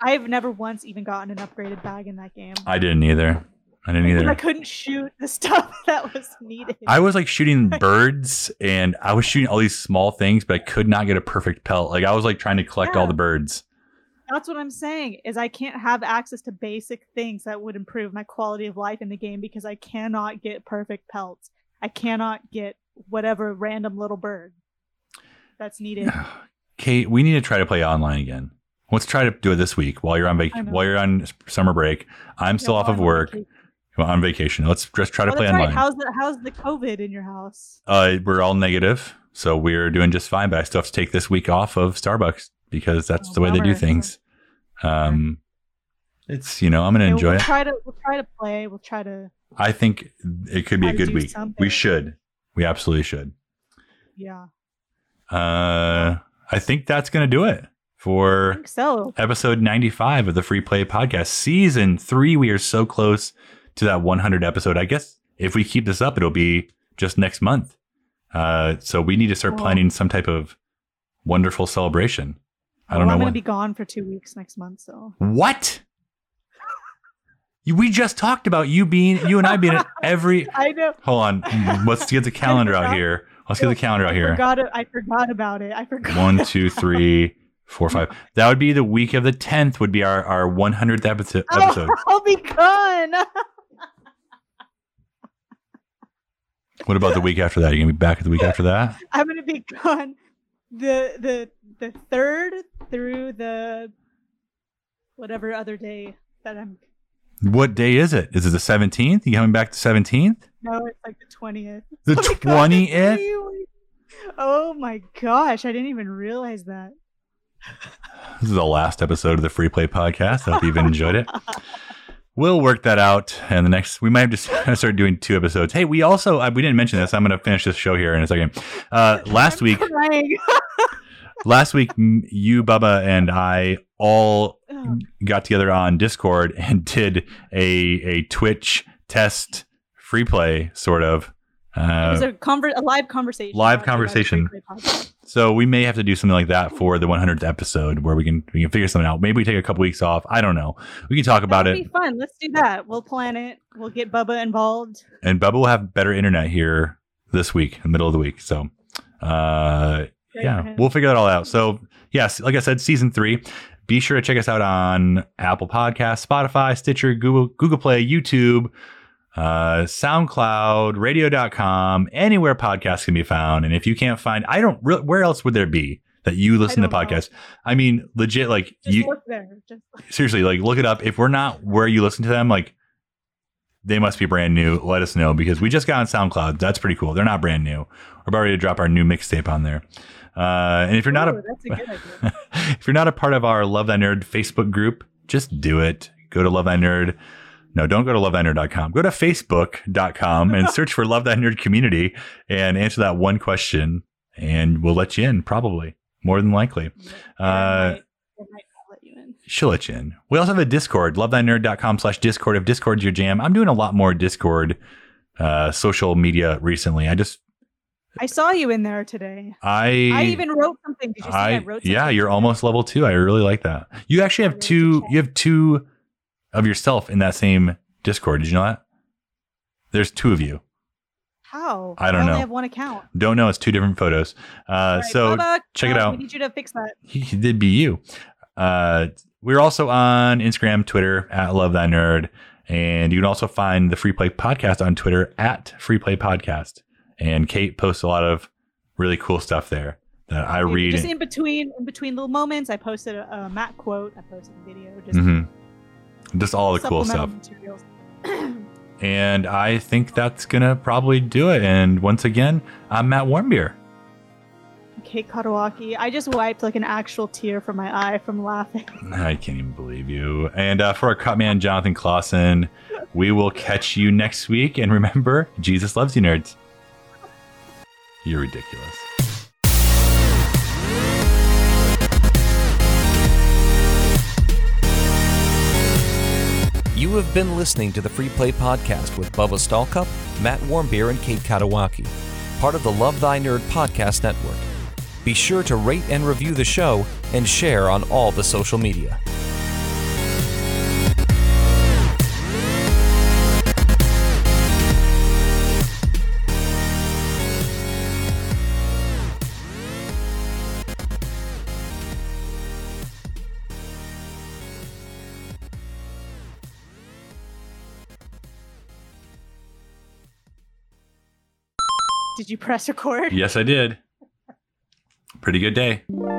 A: I've never once even gotten an upgraded bag in that game.
C: I didn't either. I didn't
A: I [laughs]
C: either.
A: couldn't shoot the stuff that was needed.
C: I was
A: [laughs]
C: like shooting birds and I was shooting all these small things, but I could not get a perfect pelt. Like I was like trying to collect all
A: Yeah.
C: the birds.
A: That's what I'm saying is I can't have access to basic things that would improve my quality of life in the game because I cannot get perfect pelts. I cannot get whatever random little bird that's needed.
C: Kate, we need to try to play online again. Let's try to do it this week while you're on vac-
A: I know.
C: while you're on s- summer break. [sighs] I'm still
A: Yeah,
C: off of
A: I'm on
C: work
A: vacation.
C: well, on vacation. Let's just try to
A: Oh,
C: play
A: that's right.
C: online.
A: How's the how's the COVID in your house?
C: uh, we're all negative, so we're doing just fine. But I still have to take this week off of Starbucks because that's
A: Oh,
C: the way they do
A: bummer.
C: things. Um, It's you know I'm gonna
A: Okay,
C: enjoy
A: we'll
C: it.
A: Try to we'll try to play. We'll try to
C: I think it could be a
A: Try to
C: good
A: do
C: week.
A: something.
C: We should. We absolutely should.
A: yeah.
C: Uh, I think that's gonna do it
A: I
C: for
A: think so.
C: episode 95 of the Free Play Podcast, season three. We are so close to that 100 episode. I guess if we keep this up, it'll be just next month. Uh, so we need to start
A: Cool.
C: planning some type of wonderful celebration. I don't
A: Well, I'm
C: know
A: gonna
C: what.
A: be gone for two weeks next month, so
C: what? You- We just talked about you being you and I being at every.
A: I know.
C: Hold on, let's
A: [laughs]
C: get the calendar out here. Let's get the calendar out
A: I
C: here.
A: forgot, it- I forgot about it. I forgot.
C: One, two, three, four, five. That would be the week of the tenth. Would be our our 100th episode.
A: [laughs]
C: episode.
A: Oh, [laughs] I'll be gone.
C: What about the week after that? Are you gonna be back the week after that?
A: I'm gonna be [laughs] gone the the the third through the whatever other day that I'm.
C: What day is it? Is it the seventeenth? You coming back the seventeenth?
A: No, it's like the twentieth.
C: The
A: Oh my God, it's
C: twentieth?
A: three weeks. Oh my gosh, I didn't even realize
C: [laughs]
A: that.
C: This is the last episode of the Free Play Podcast. I hope you've
A: [laughs]
C: enjoyed it. We'll work that out, and the next we might [laughs] have to start doing two episodes. Hey, we also I, we didn't mention this. I'm going to finish this show here in a second. Uh, last
A: I'm [laughs]
C: week,
A: crying.
C: last week, m- you, Bubba, and I all
A: Oh,
C: got together on Discord and did a a Twitch test free play sort of.
A: it
C: Uh,
A: was a, conver- a live conversation.
C: live
A: brought to you by the
C: conversation.
A: Free Play Podcast.
C: So we may have to do something like that for the 100th episode, where we can we can figure something out. Maybe we take a couple weeks off. I don't know. We can talk [laughs] about
A: That'll
C: it,
A: Be fun. Let's do that. We'll plan it. We'll get Bubba involved.
C: and Bubba will have better internet here this week, in the middle of the week. So, uh,
A: Great for
C: yeah,
A: him.
C: we'll figure that all out. So, yes, like I said, season three. Be sure to check us out on Apple Podcasts, Spotify, Stitcher, Google Google Play, YouTube, uh, SoundCloud, Radio.com, anywhere podcasts can be found. And if you can't find, I don't. Re- where else would there be that you listen to
A: don't know.
C: podcasts? I mean, legit, like
A: Just
C: you
A: look there. Just
C: seriously, like look it up. If we're not where you listen to them, like they must be brand new. Let us know because we just got on SoundCloud. That's pretty cool. They're not brand new. We're about ready to drop our new mixtape on there. Uh, and if you're not
A: [laughs] Ooh,
C: a
A: that's a good idea.
C: [laughs] if you're not a part of our Love Thy Nerd Facebook group, just do it. Go to Love Thy Nerd. No, don't go to lovethynerd.com. Go to facebook.com and search for Love Thy Nerd Community and answer that one question, and we'll let you in, probably, more than likely. Uh,
A: They might- they might not let you in.
C: she'll let you in. We also have a Discord, lovethynerd.com slash Discord. If Discord's your jam, I'm doing a lot more Discord uh, social media recently. I just,
A: I saw you in there today.
C: I,
A: I even wrote something. Did you see I,
C: I,
A: wrote something?
C: yeah, you're almost level two. I really like that. You actually
A: I
C: have
A: really
C: two,
A: appreciate
C: you have two of yourself in that same Discord. Did you know that? There's two of you.
A: How?
C: I don't
A: only
C: know.
A: have one account.
C: Don't know. It's two different photos. Uh,
A: All right,
C: so
A: Bubba,
C: check it
A: uh,
C: out.
A: We need you to fix that.
C: he, he did be you. Uh, we're also on Instagram, Twitter at Love Thy Nerd, and you can also find the Free Play Podcast on Twitter at Free Play Podcast. And Kate posts a lot of really cool stuff there that I
A: Maybe
C: read.
A: just in between, in between little moments, I posted a, a Matt quote. I posted a video. Just
C: mm-hmm. Just all the cool stuff.
A: supplemental materials.
C: And I think that's gonna probably do it. And once again, I'm Matt Warmbier.
A: Kate Katawaki. I just wiped like an actual tear from my eye from laughing. [laughs]
C: I can't even believe you. And uh, for our cut man, Jonathan Clausen, we will catch you next week. And remember, Jesus loves you, nerds. You're ridiculous.
B: You have been listening to the Free Play Podcast with Bubba Stallcup, Matt Warmbier, and Kate Katawaki, part of the Love Thy Nerd Podcast Network. Be sure to rate and review the show and share on all the social media.
A: Did you press record?
C: Yes, I did. Pretty good day.